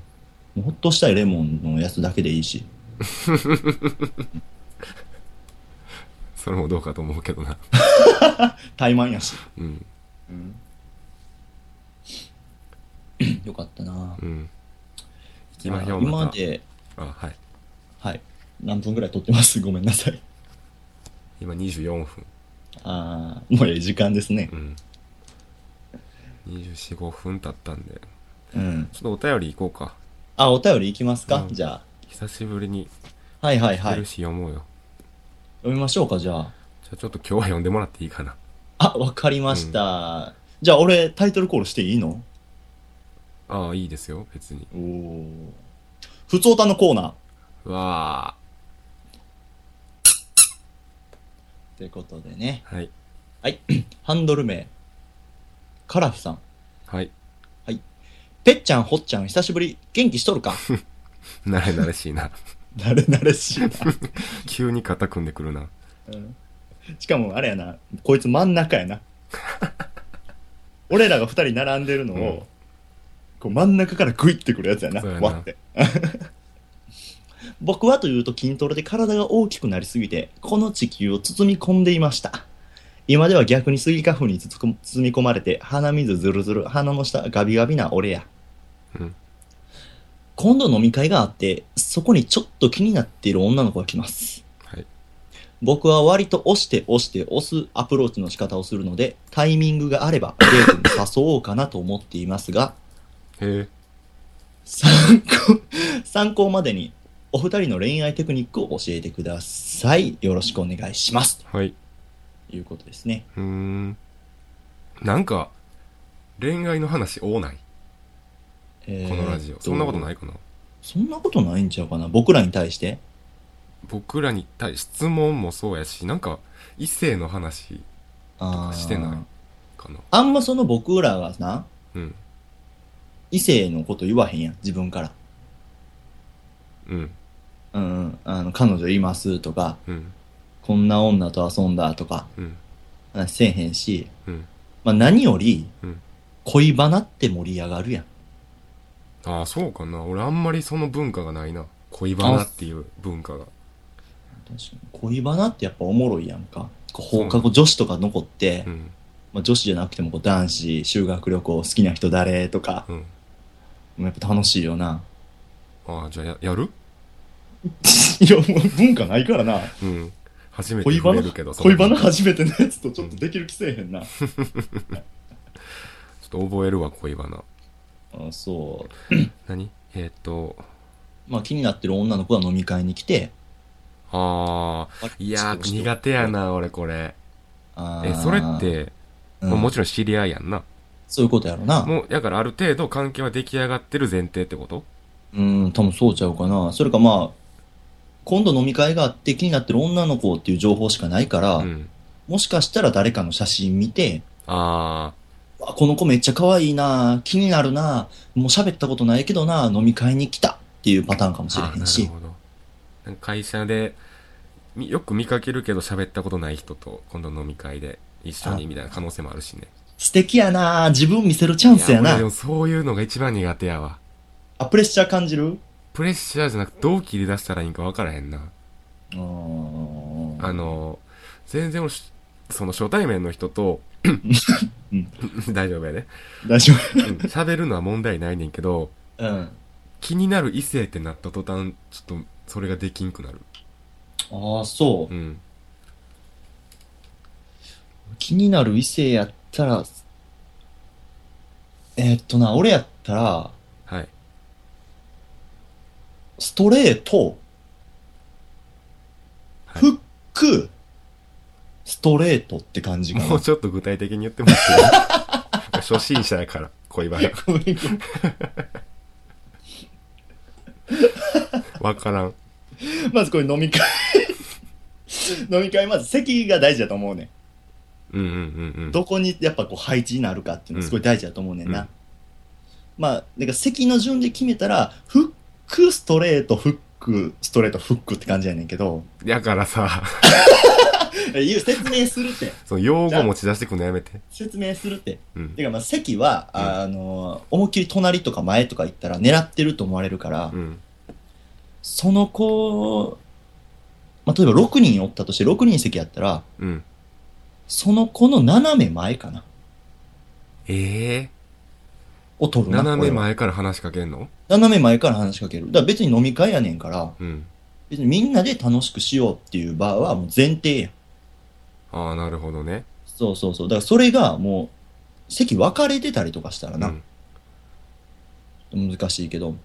Speaker 2: うほっとしたいレモンのやつだけでいいし。
Speaker 1: それもどうかと思うけどな
Speaker 2: 怠慢やし。
Speaker 1: うん
Speaker 2: うん。 よかったな
Speaker 1: うん今
Speaker 2: あ
Speaker 1: 表
Speaker 2: 今
Speaker 1: また
Speaker 2: で、
Speaker 1: あはい
Speaker 2: はい。何分ぐらい撮ってます ごめんなさい。
Speaker 1: 今24分
Speaker 2: あー、もうええ時間ですね
Speaker 1: う。ん245分経ったんで
Speaker 2: うん。
Speaker 1: ちょっとお便り行こうか
Speaker 2: あ、お便りいきますか、
Speaker 1: うん
Speaker 2: じゃ
Speaker 1: 久しぶりに
Speaker 2: あ。はいはいは
Speaker 1: ヘ
Speaker 2: い。
Speaker 1: ル
Speaker 2: 読
Speaker 1: シー読もうよ、
Speaker 2: みましょうか、じゃあ。
Speaker 1: じゃあちょっと今日は読んでもらっていいかな
Speaker 2: あ、わかりました。じゃあ俺、タイトルコールしていいの
Speaker 1: ああいいですよ別に
Speaker 2: おー。ふつおたのコーナー。
Speaker 1: うわ
Speaker 2: ということでね、
Speaker 1: あはい
Speaker 2: ハンドル名、カラフさん。
Speaker 1: はい
Speaker 2: ぺっちゃん、ほっちゃん、久しぶり。元気しとるか
Speaker 1: 慣れ慣れしいな
Speaker 2: 慣れ慣れしいな。
Speaker 1: 急に肩組んでくるな
Speaker 2: うんしかもあれやなこいつ真ん 中やな俺らが2人並んでるのを、
Speaker 1: うん
Speaker 2: こう真ん中からグイってくるやつやな
Speaker 1: そうやな
Speaker 2: 割って 僕はというと筋トレで体が大きくなりすぎてこの地球を包み込んでいました今では逆にスギ花粉に包み包み込まれて鼻水ずるずる鼻の下ガビガビな俺や
Speaker 1: うん
Speaker 2: 今度飲み会があって、そこにちょっと気になっている女の子が来ます。
Speaker 1: はい。
Speaker 2: 僕は割と押して押して押すアプローチの仕方をするので、タイミングがあればデートに誘おうかなと思っていますが、
Speaker 1: へえ。
Speaker 2: 参考、 参考までにお二人の恋愛テクニックを教えてください。よろしくお願いします。
Speaker 1: はい。
Speaker 2: ということですね。
Speaker 1: うーん。なんか、恋愛の話多ない
Speaker 2: えー
Speaker 1: このラジオ。そんなことないいかな
Speaker 2: そんなことないんちゃうかな僕らに対して。
Speaker 1: 僕らに対、質問もそうやし、なんか、異性の話
Speaker 2: あー
Speaker 1: してないかな。
Speaker 2: あんまその僕らがな、
Speaker 1: うん。
Speaker 2: 異性のこと言わへんやん、自分から。
Speaker 1: うん。
Speaker 2: うんうん、あの、彼女いますとか、
Speaker 1: うん。
Speaker 2: こんな女と遊んだとか、
Speaker 1: うん。
Speaker 2: 話せえへんし、
Speaker 1: うん。
Speaker 2: まあ何より
Speaker 1: うん、
Speaker 2: 恋バナって盛り上がるやん。
Speaker 1: ああ、そうかな。俺あんまりその文化がないな。恋バナっていう文化が。
Speaker 2: 確かに恋バナってやっぱおもろいやんか。こう放課後女子とか残って、
Speaker 1: うん。
Speaker 2: まあ、女子じゃなくてもこう男子、修学旅行、好きな人誰とか、
Speaker 1: うん。
Speaker 2: やっぱ楽しいよな。
Speaker 1: ああ、じゃあや、やる
Speaker 2: いや、もう文化ないからな。
Speaker 1: うん。初めて
Speaker 2: 恋バ
Speaker 1: 触
Speaker 2: ナ
Speaker 1: れるけど、
Speaker 2: 恋バ
Speaker 1: その
Speaker 2: ナ初めてのやつとちょっとできる気せえへんな。
Speaker 1: ちょっと覚えるわ、恋バナ。
Speaker 2: あそう。
Speaker 1: 何えーっと、
Speaker 2: まあ気になってる女の子が飲み会に来て、
Speaker 1: ああ、
Speaker 2: あ
Speaker 1: いやー、苦手や。な、俺これ。
Speaker 2: あー
Speaker 1: え、それっ、て、
Speaker 2: うん
Speaker 1: まあもちろん知り合いやんな。
Speaker 2: そういうことやろな。
Speaker 1: もう、だからある程度関係は出来上がってる前提ってこと
Speaker 2: うん、多分そうちゃうかな。それかまあ、今度飲み会があって気になってる女の子っていう情報しかないから、
Speaker 1: うん。
Speaker 2: もしかしたら誰かの写真見て、
Speaker 1: あ
Speaker 2: あこの子めっちゃ可愛いな気になるなもう喋ったことないけどな飲み会に来たっていうパターンかもし
Speaker 1: ー、
Speaker 2: れ
Speaker 1: あ
Speaker 2: へ
Speaker 1: ー
Speaker 2: ん
Speaker 1: なる
Speaker 2: し、
Speaker 1: ほど。なんか会社で、みよく見かけるけど喋ったことない人と、今度飲み会で一緒にみたいな可能性もあるしね。
Speaker 2: 素敵やな自分見せるチャンスや
Speaker 1: い
Speaker 2: な
Speaker 1: 俺でもそういうのが一番苦手やわ。
Speaker 2: あ、プレッシャー感じる
Speaker 1: プレッシャーじゃなくて、どう切り出したらいいんか分からへんな。
Speaker 2: あー
Speaker 1: あの、全然俺し、その初対面の人と、
Speaker 2: うん
Speaker 1: 大丈夫やね。
Speaker 2: 大丈
Speaker 1: うん喋るのは問題ないねんけど、
Speaker 2: 夫。うん。
Speaker 1: 気になる異性ってなった途端、ちょっと、それができんくなる。
Speaker 2: ああ、そうう。
Speaker 1: ん。
Speaker 2: 気になる異性やったら、えーっとな、俺やったら、
Speaker 1: はい。
Speaker 2: ストレート、
Speaker 1: はい
Speaker 2: フック、ストレートって感じかな。
Speaker 1: もうちょっと具体的に言ってもらっていい初心者やから、恋バナ。
Speaker 2: ごめんごめん
Speaker 1: わからん。
Speaker 2: まずこれ飲み会 飲み会まず席が大事だと思うね
Speaker 1: うんうんうんうんん。
Speaker 2: どこにやっぱこう配置になるかっていうのすごい大事だと思うねんな、
Speaker 1: うん
Speaker 2: まあなんか席の順で決めたらフックストレートフックストレートフックって感じやねんけど
Speaker 1: やからさ、
Speaker 2: え言う説明するって
Speaker 1: その用語持ち出してくんのやめて。
Speaker 2: 説明するって
Speaker 1: うん
Speaker 2: て。かまあ席は、
Speaker 1: うん
Speaker 2: あの思いっきり隣とか前とか行ったら狙ってると思われるから、
Speaker 1: うん。
Speaker 2: その子、まあ、例えば6人おったとして6人席やったら
Speaker 1: うん。
Speaker 2: その子の斜め前かな
Speaker 1: ええ
Speaker 2: を取
Speaker 1: ー。
Speaker 2: るな
Speaker 1: 斜め
Speaker 2: 俺は
Speaker 1: 前から話しかけんの
Speaker 2: 斜め前から話しかけるだから別に飲み会やねんから
Speaker 1: うん。
Speaker 2: 別にみんなで楽しくしようっていう場はもう前提やん
Speaker 1: ああ、なるほどね。
Speaker 2: そうそうそうだからそれがもう席分かれてたりとかしたら
Speaker 1: う
Speaker 2: な、
Speaker 1: ん。
Speaker 2: 難しいけど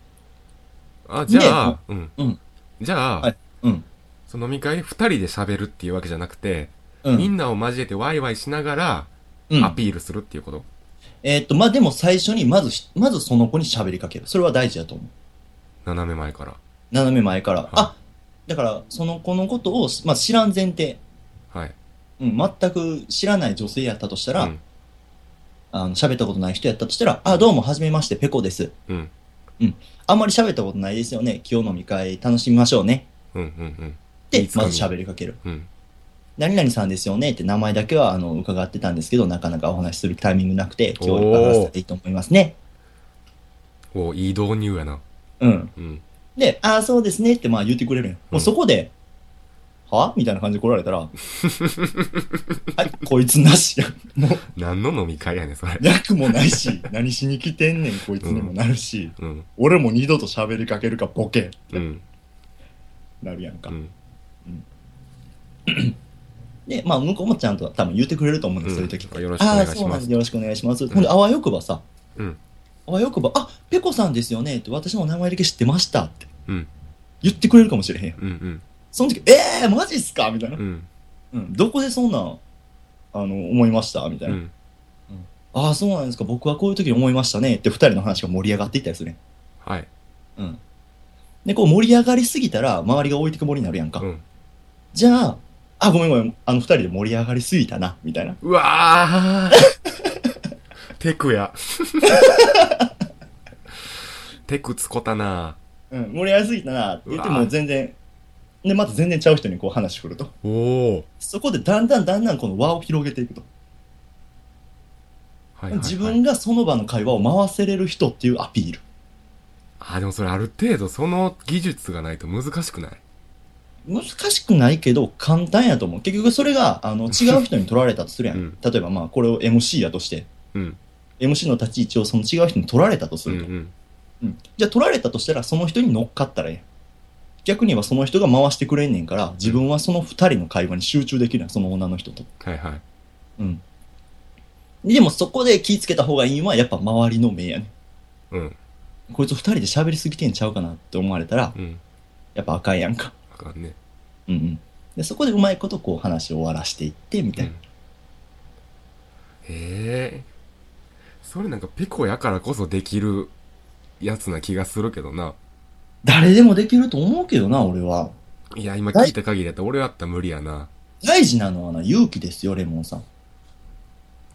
Speaker 1: あ、じゃあ、うん。
Speaker 2: うん
Speaker 1: じゃあ、
Speaker 2: はいうん
Speaker 1: その飲み会二人で喋るっていうわけじゃなくて、
Speaker 2: う
Speaker 1: み
Speaker 2: ん、
Speaker 1: んなを交えてワイワイしながら、
Speaker 2: うん
Speaker 1: アピールするっていうこと、
Speaker 2: えーっとまあでも最初にまずしまずその子に喋りかけるそれは大事だと思う
Speaker 1: 斜め前から。
Speaker 2: 斜め前から、
Speaker 1: い
Speaker 2: あだからその子のことを、まあ、知らん前提、
Speaker 1: はい。
Speaker 2: うん、全く知らない女性やったとしたら、
Speaker 1: うん。
Speaker 2: あの喋ったことない人やったとしたら「あどうもはじめましてペコです」
Speaker 1: うん。
Speaker 2: あんまり喋ったことないですよね。今日飲み会楽しみましょうね。
Speaker 1: うん。うん。い
Speaker 2: で
Speaker 1: い、つかみ
Speaker 2: まず喋りかける。
Speaker 1: うん。
Speaker 2: 何々さんですよねって名前だけはあの伺ってたんですけど、なかなかお話しするタイミングなくて、今日
Speaker 1: おー
Speaker 2: 話せていいと思いますね。
Speaker 1: うん。おいい導入やな。
Speaker 2: うん。
Speaker 1: うん。
Speaker 2: で、ああ、そうですねってまあ言ってくれるんよもうそこで、はみたいな感じで来ら れたら、はい、こいつなしや ん。もう、
Speaker 1: 何の飲み会やねんそれ
Speaker 2: 役もないし、何しに来てんねん、こいつにもなるし、
Speaker 1: うん
Speaker 2: 俺も二度と喋りかけるか、ボケ、
Speaker 1: うん
Speaker 2: なるやんか。
Speaker 1: うん
Speaker 2: で、まあ、向こうもちゃんと多分言ってくれると思うんです、そういう時
Speaker 1: うんよろしくお
Speaker 2: あ
Speaker 1: 願
Speaker 2: あ、
Speaker 1: い
Speaker 2: そ
Speaker 1: し
Speaker 2: うなん
Speaker 1: ま
Speaker 2: ですす。よろしくお願いします。ほんで、あわよくばさ、
Speaker 1: うん
Speaker 2: あわよくば、あペコさんですよねって、私のお名前だけ知ってましたって
Speaker 1: うん
Speaker 2: 言ってくれるかもしれへんやん。
Speaker 1: うん
Speaker 2: その時、えー、マジっすかみたいな
Speaker 1: うんう。ん
Speaker 2: うん、どこでそんなん、あの、思いましたみたいうな。
Speaker 1: ん
Speaker 2: ああ、そうなんですか。僕はこういう時に思いましたねって、二人の話が盛り上がっていったりするやん。
Speaker 1: はい
Speaker 2: うん。で、こう盛り上がりすぎたら、周りが置いてくぼりになるやんか。
Speaker 1: うん
Speaker 2: じゃあ、あ、ごめんごめん、あの二人で盛り上がりすぎたな、みたいな。
Speaker 1: うわあ テクやテクつこたな
Speaker 2: うん、盛り上がりすぎたなって言って
Speaker 1: うわ
Speaker 2: も全然、で、また全然ちゃう人にこう話してくると。
Speaker 1: おお
Speaker 2: そこでだんだんだんだんこの輪を広げていくと。
Speaker 1: はいはいはい
Speaker 2: 自分がその場の会話を回せれる人っていうアピール。
Speaker 1: あでもそれある程度その技術がないと難しくない
Speaker 2: 難しくないけど簡単やと思う。結局それが、 あの、違う人に取られたとするやん。
Speaker 1: うん
Speaker 2: 例えばまあ、これを MC やとして、
Speaker 1: うん
Speaker 2: MC の立ち位置をその違う人に取られたとす
Speaker 1: うんう
Speaker 2: ると。
Speaker 1: ん
Speaker 2: うんじゃあ取られたとしたらその人に乗っかったらええやん。逆に言えばその人が回してくれんねんから、自分はその二人の会話に集中できるやん、その女の人と。
Speaker 1: はいはい
Speaker 2: うん。でもそこで気ぃつけた方がいいのはやっぱ周りの目やね。
Speaker 1: うん
Speaker 2: こいつ二人で喋りすぎてんちゃうかなって思われたら、
Speaker 1: うん
Speaker 2: やっぱあかんやんか。
Speaker 1: あかんね
Speaker 2: うんうん。で、そこでうまいことこう話を終わらしていって、みたいな。
Speaker 1: へえそれなんかペコやからこそできるやつな気がするけどな
Speaker 2: 誰でもできると思うけどな、俺は。
Speaker 1: いや今聞いた限りだと俺やったら無理やな
Speaker 2: 大事なのはな、勇気ですよ、レモンさん。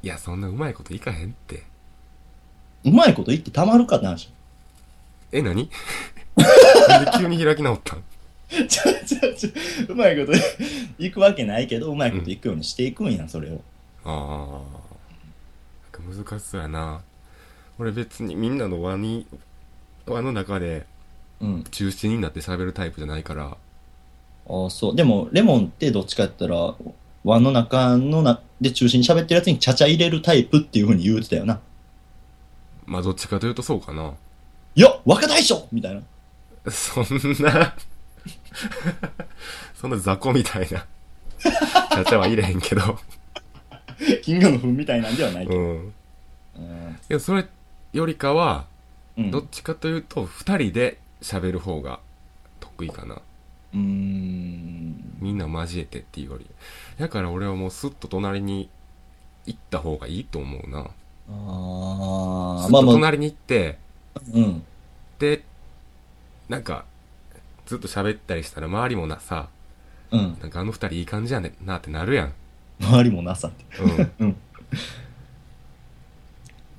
Speaker 1: いやそんなうまいこといかへんって
Speaker 2: うまいこと言ってたまるかって話。
Speaker 1: え何 なんで急に開き直ったん
Speaker 2: ちゃちゃちゃ、うまいこと行くわけないけど、うまいこと行くようにしていくんや、それを。
Speaker 1: ああなんか難しそうやな俺別にみんなの輪に輪の中で
Speaker 2: うん。
Speaker 1: 中心になって喋るタイプじゃないから
Speaker 2: ああ、そう。でも、レモンってどっちかやったら、輪の中のな、で中心に喋ってるやつにちゃちゃ入れるタイプっていうふうに言うてたよな。
Speaker 1: まあどっちかというとそうかな
Speaker 2: よっ若大将みたいな。
Speaker 1: そんな そんな雑魚みたいなちゃちゃは入れへんけど
Speaker 2: 金魚の糞みたいなんではない
Speaker 1: う
Speaker 2: けど。
Speaker 1: ん
Speaker 2: うん。
Speaker 1: いやそれよりかは
Speaker 2: うん
Speaker 1: どっちかというと2人で喋る方が得意かな
Speaker 2: うーん。
Speaker 1: みんな交えてっていうよりだから俺はもうスッと隣に行った方がいいと思うな
Speaker 2: あ
Speaker 1: ス
Speaker 2: あ、
Speaker 1: ッ
Speaker 2: まあ
Speaker 1: と
Speaker 2: まあ、
Speaker 1: 隣に行って
Speaker 2: うん。
Speaker 1: でなんかずっと喋ったりしたら周りもなさ
Speaker 2: うん。
Speaker 1: なんかあの二人いい感じやねんなってなるやん
Speaker 2: 周りもなさって。
Speaker 1: う
Speaker 2: うんん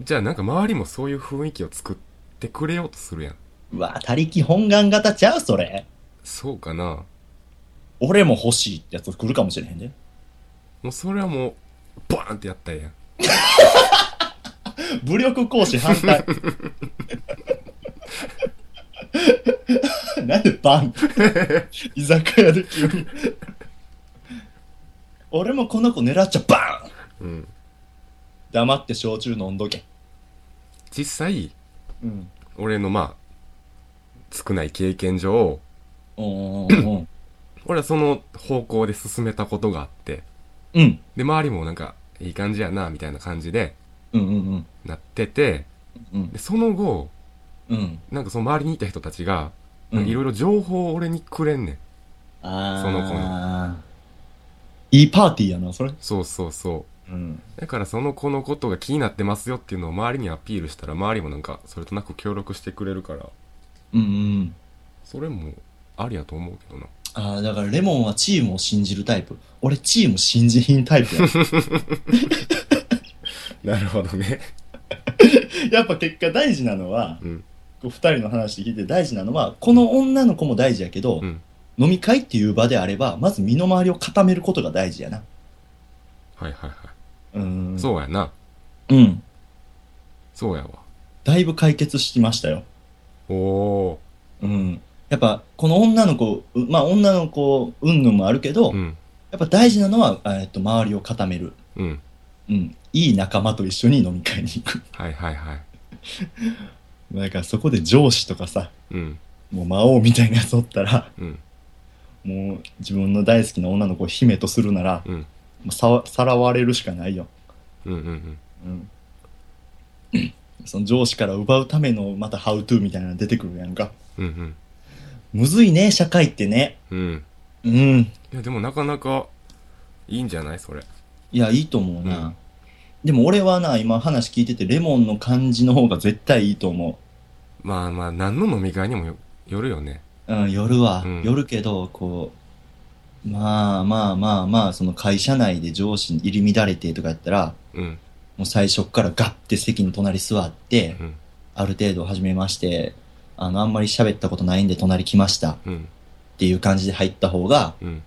Speaker 1: じゃあなんか周りもそういう雰囲気を作ってくれようとするやん
Speaker 2: うわ、他力本願型ちゃうそれ。
Speaker 1: そうかな
Speaker 2: 俺も欲しいってやつ来るかもしれへんで。
Speaker 1: もうそれはもうバーンってやったらええやん
Speaker 2: 武力行使反対。なんでバン居酒屋で急に。俺もこの子狙っちゃバン
Speaker 1: うん
Speaker 2: 黙って焼酎飲んどけ。
Speaker 1: 実際
Speaker 2: うん。
Speaker 1: 俺のまあ少ない経験上
Speaker 2: おーおー
Speaker 1: 俺はその方向で進めたことがあって
Speaker 2: うん。
Speaker 1: で周りもなんかいい感じやなみたいな感じで
Speaker 2: うんうんうん。
Speaker 1: なってて
Speaker 2: うん
Speaker 1: でその後
Speaker 2: うん。
Speaker 1: なんかその周りにいた人たちが
Speaker 2: う
Speaker 1: なん
Speaker 2: ん。
Speaker 1: かいろいろ情報を俺にくれんねん、
Speaker 2: あー
Speaker 1: その子
Speaker 2: いいパーティーやな、それ。
Speaker 1: そうそうそ
Speaker 2: うん。
Speaker 1: うだからその子のことが気になってますよっていうのを周りにアピールしたら周りもなんかそれとなく協力してくれるから
Speaker 2: うんうん。
Speaker 1: それもありやと思うけどな
Speaker 2: ああ、だからレモンはチームを信じるタイプ。俺チーム信じひんタイプ や。
Speaker 1: なるほどね
Speaker 2: やっぱ結果大事なのは、
Speaker 1: うん
Speaker 2: こう二人の話聞いて大事なのは、この女の子も大事やけど、
Speaker 1: うん
Speaker 2: 飲み会っていう場であれば、まず身の回りを固めることが大事やな。
Speaker 1: はいはいは
Speaker 2: うーん。
Speaker 1: いそうやな
Speaker 2: う。うん。
Speaker 1: そうやわ
Speaker 2: だいぶ解決しましたよ。
Speaker 1: おお
Speaker 2: うん。やっぱこの女の子、うまあ女の子云々もあるけど、
Speaker 1: うん
Speaker 2: やっぱ大事なのは、えっと、周りを固める。
Speaker 1: うん
Speaker 2: うん。いい仲間と一緒に飲み会に行く。
Speaker 1: はいはいはい
Speaker 2: なんかそこで上司とかさ、
Speaker 1: うん
Speaker 2: もう魔王みたいなやつおったら、
Speaker 1: うん
Speaker 2: もう自分の大好きな女の子を姫とするなら、
Speaker 1: うん
Speaker 2: もうさわさらわれるしかないよ。
Speaker 1: うんうんうん
Speaker 2: うん。 その上司から奪うためのまたハウトゥーみたいなの出てくるやんか。
Speaker 1: うん
Speaker 2: むずいね、社会ってね。
Speaker 1: うんうん
Speaker 2: うん。
Speaker 1: いやでもなかなかいいんじゃないそれ
Speaker 2: いや、いいと思うな。
Speaker 1: うん
Speaker 2: でも俺はな、今話聞いてて、レモンの感じの方が絶対いいと思
Speaker 1: まあまあ何の飲み会にもよよるよね
Speaker 2: う。うん、夜は、
Speaker 1: うん
Speaker 2: 夜けど、こう、まあまあまあまあ、その会社内で上司に入り乱れてとかやったら、
Speaker 1: うん
Speaker 2: もう最初っからガッて席の隣座って、
Speaker 1: うん
Speaker 2: ある程度始めまして、あの、あんまり喋ったことないんで隣来ましたっ
Speaker 1: うん
Speaker 2: ていう感じで入った方が、
Speaker 1: うん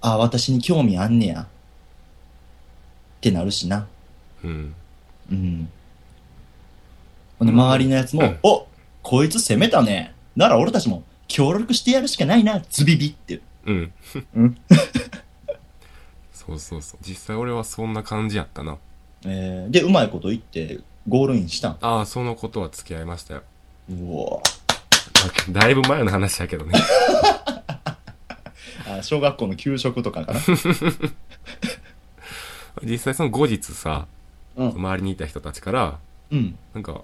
Speaker 2: あ、私に興味あんねや。ってなるしな。
Speaker 1: うん
Speaker 2: うん。ほんで、周りのやつも、
Speaker 1: うん
Speaker 2: おこいつ攻めたね。なら俺たちも協力してやるしかないな、ズビビって。
Speaker 1: うん
Speaker 2: うん
Speaker 1: そうそうそう実際俺はそんな感じやったな
Speaker 2: えーで、うまいこと言って、ゴールインしたん。
Speaker 1: ああそのことは付き合いましたよ
Speaker 2: うお
Speaker 1: だだいぶ前の話やけどね
Speaker 2: あ小学校の給食とかかな。
Speaker 1: 実際その後日さ
Speaker 2: うん。
Speaker 1: 周りにいた人たちから
Speaker 2: うん。
Speaker 1: なんか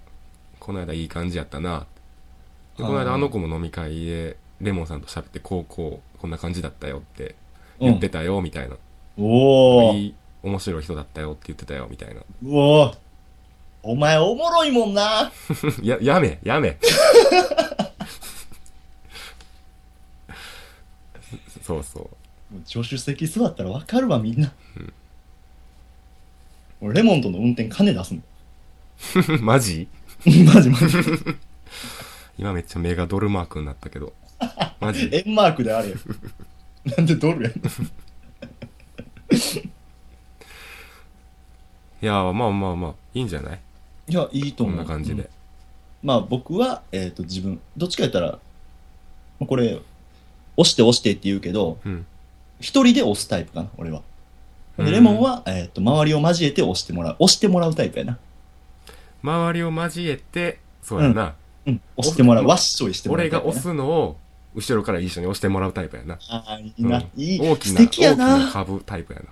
Speaker 1: この間いい感じやったなで
Speaker 2: あー
Speaker 1: この間あの子も飲み会でレモンさんと喋って高校こんな感じだったよって
Speaker 2: う
Speaker 1: 言っ
Speaker 2: ん
Speaker 1: て、たよみたいな、
Speaker 2: おお
Speaker 1: いい面白い人だったよって言ってたよみ たいな
Speaker 2: うおーお前おもろいもんな。
Speaker 1: ややめやめ そうそう
Speaker 2: 助手席座ったらわかるわみんな、俺レモンとの運転金出すの
Speaker 1: マジ
Speaker 2: マジマ ジ
Speaker 1: 今めっちゃ目がドルマークになったけど。マ ジ
Speaker 2: 円マークであれよなんでドルやん
Speaker 1: いやー、まあまあまあ、いいんじゃない
Speaker 2: いやいいと
Speaker 1: こ
Speaker 2: 思うん
Speaker 1: な感じ
Speaker 2: うん
Speaker 1: で。
Speaker 2: まあ僕は、えっと自分どっちか言ったらまあこれ押して押してって言うけど
Speaker 1: うん。
Speaker 2: 一人で押すタイプかな俺は
Speaker 1: う
Speaker 2: で
Speaker 1: ん
Speaker 2: レモンは、えっと周りを交えて押してもらう押してもらうタイプやな
Speaker 1: 周りを交えて、そうやな。
Speaker 2: うん押してもらう
Speaker 1: 押
Speaker 2: わっしょいしてもらう
Speaker 1: 俺
Speaker 2: タイ
Speaker 1: が
Speaker 2: プやな
Speaker 1: 押すのを、後ろから一緒に押してもらうタイプやな。
Speaker 2: あーいいな、
Speaker 1: うん
Speaker 2: いい
Speaker 1: 大き
Speaker 2: 素
Speaker 1: な、大
Speaker 2: 敵
Speaker 1: き
Speaker 2: や
Speaker 1: な
Speaker 2: な
Speaker 1: 株タイプやな。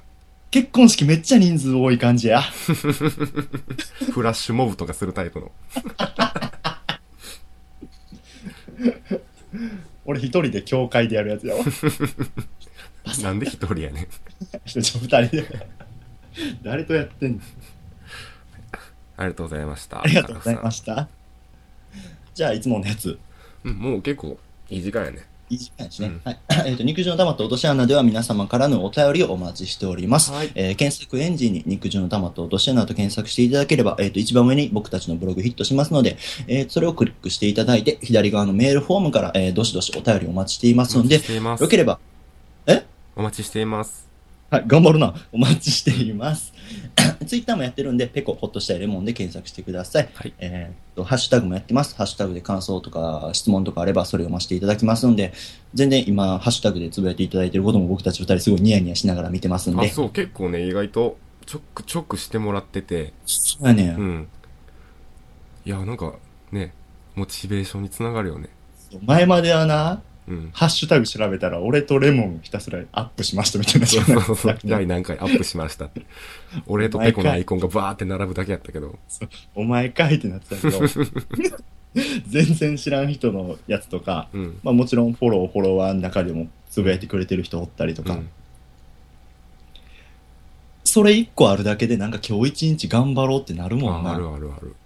Speaker 2: 結婚式めっちゃ人数多い感じや
Speaker 1: フラッシュモブとかするタイプの。
Speaker 2: 俺一人で教会でやるやつ やわ。
Speaker 1: なんで一人やねん。
Speaker 2: じゃあ二人で。誰とやってんの
Speaker 1: ありがとうございました。
Speaker 2: ありがとうございま
Speaker 1: し
Speaker 2: した。じゃあ、いつものやつ。
Speaker 1: た。うん、もう結構、いい時間やね。
Speaker 2: いい時間ですね。
Speaker 1: うん
Speaker 2: はい。 えっ、と、肉汁の玉と落とし穴では皆様からのお便りをお待ちしております。
Speaker 1: はい
Speaker 2: えー検索エンジンに肉汁の玉と落とし穴と検索していただければ、えっ、と、一番上に僕たちのブログヒットしますので、えーそれをクリックしていただいて、左側のメールフォームから、えーどしどしお便りお待ちしています
Speaker 1: お
Speaker 2: の
Speaker 1: 待ち
Speaker 2: で
Speaker 1: し、ています
Speaker 2: よ。ければ
Speaker 1: お待ちしています。
Speaker 2: はい、頑張るな。お待ちしています。 ツイッターもやってるんで、ペコ、ほっとしたいレモンで検索してください。
Speaker 1: はい
Speaker 2: えーっと、ハッシュタグもやってます。ハッシュタグで感想とか質問とかあれば、それを読ませていただきますので、全然今、ハッシュタグでつぶやいていただいてることも僕たち二人すごいニヤニヤしながら見てますん
Speaker 1: あ、
Speaker 2: で。
Speaker 1: そう、結構ね、意外と、ちょくちょくしてもらってて、
Speaker 2: そうやねん、
Speaker 1: うん。いや、なんか、ね、モチベーションにつながるよね。
Speaker 2: 前まではな、
Speaker 1: うん。
Speaker 2: ハッシュタグ調べたら、俺とレモンひたすらアップしましたみたいな
Speaker 1: そうそうそう。第
Speaker 2: い。
Speaker 1: 何回アップしましたって。俺とペコのアイコンがバーって並ぶだけやったけど。
Speaker 2: お前かいってなって たけど、全然知らん人のやつとか、
Speaker 1: うん。
Speaker 2: まあ、もちろんフォローフォロワーの中でもつぶやいてくれてる人おったりと
Speaker 1: う
Speaker 2: か、
Speaker 1: ん、
Speaker 2: それ一個あるだけでなんか今日一日頑張ろうってなるもん
Speaker 1: あ
Speaker 2: な
Speaker 1: あるあるある
Speaker 2: う、
Speaker 1: ある。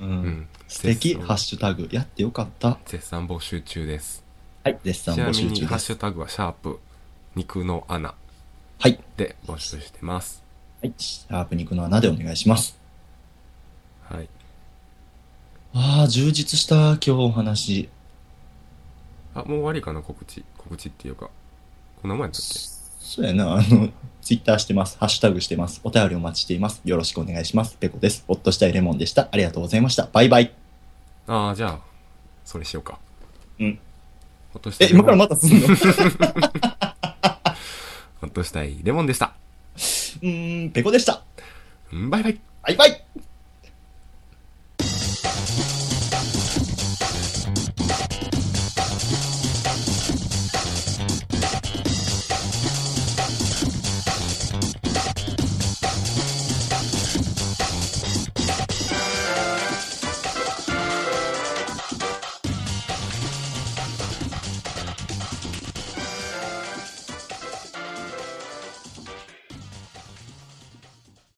Speaker 1: うんん。
Speaker 2: 素敵
Speaker 1: 絶賛
Speaker 2: ハッシュタグやってよかった
Speaker 1: 絶賛募集中です。
Speaker 2: はい絶賛
Speaker 1: ちな
Speaker 2: 募
Speaker 1: み
Speaker 2: 集
Speaker 1: に、
Speaker 2: 中
Speaker 1: ハ
Speaker 2: で
Speaker 1: ッ
Speaker 2: す
Speaker 1: シュタグはシャープ、肉の穴
Speaker 2: はい、
Speaker 1: で募集してます。
Speaker 2: はい、シャープ肉の穴でお願いします
Speaker 1: はい。
Speaker 2: ああ充実した今日お話
Speaker 1: あ、もう終わりかな、告知。告知っていうか。こんなもんやったっけ
Speaker 2: そうやなあのツイッターしてますハッシュタグしてますお便りお待ちしていますよろしくお願いしますペコですほっとしたいレモンでしたありがとうございましたバイバイ
Speaker 1: ああ、じゃあ、それしようか。
Speaker 2: うん。
Speaker 1: ほっとした
Speaker 2: え、
Speaker 1: い。
Speaker 2: 今からまたすんの う
Speaker 1: ほっとしたい。レモンでした。
Speaker 2: ーん、ペコでした。
Speaker 1: うんバイバイ。
Speaker 2: バイバイ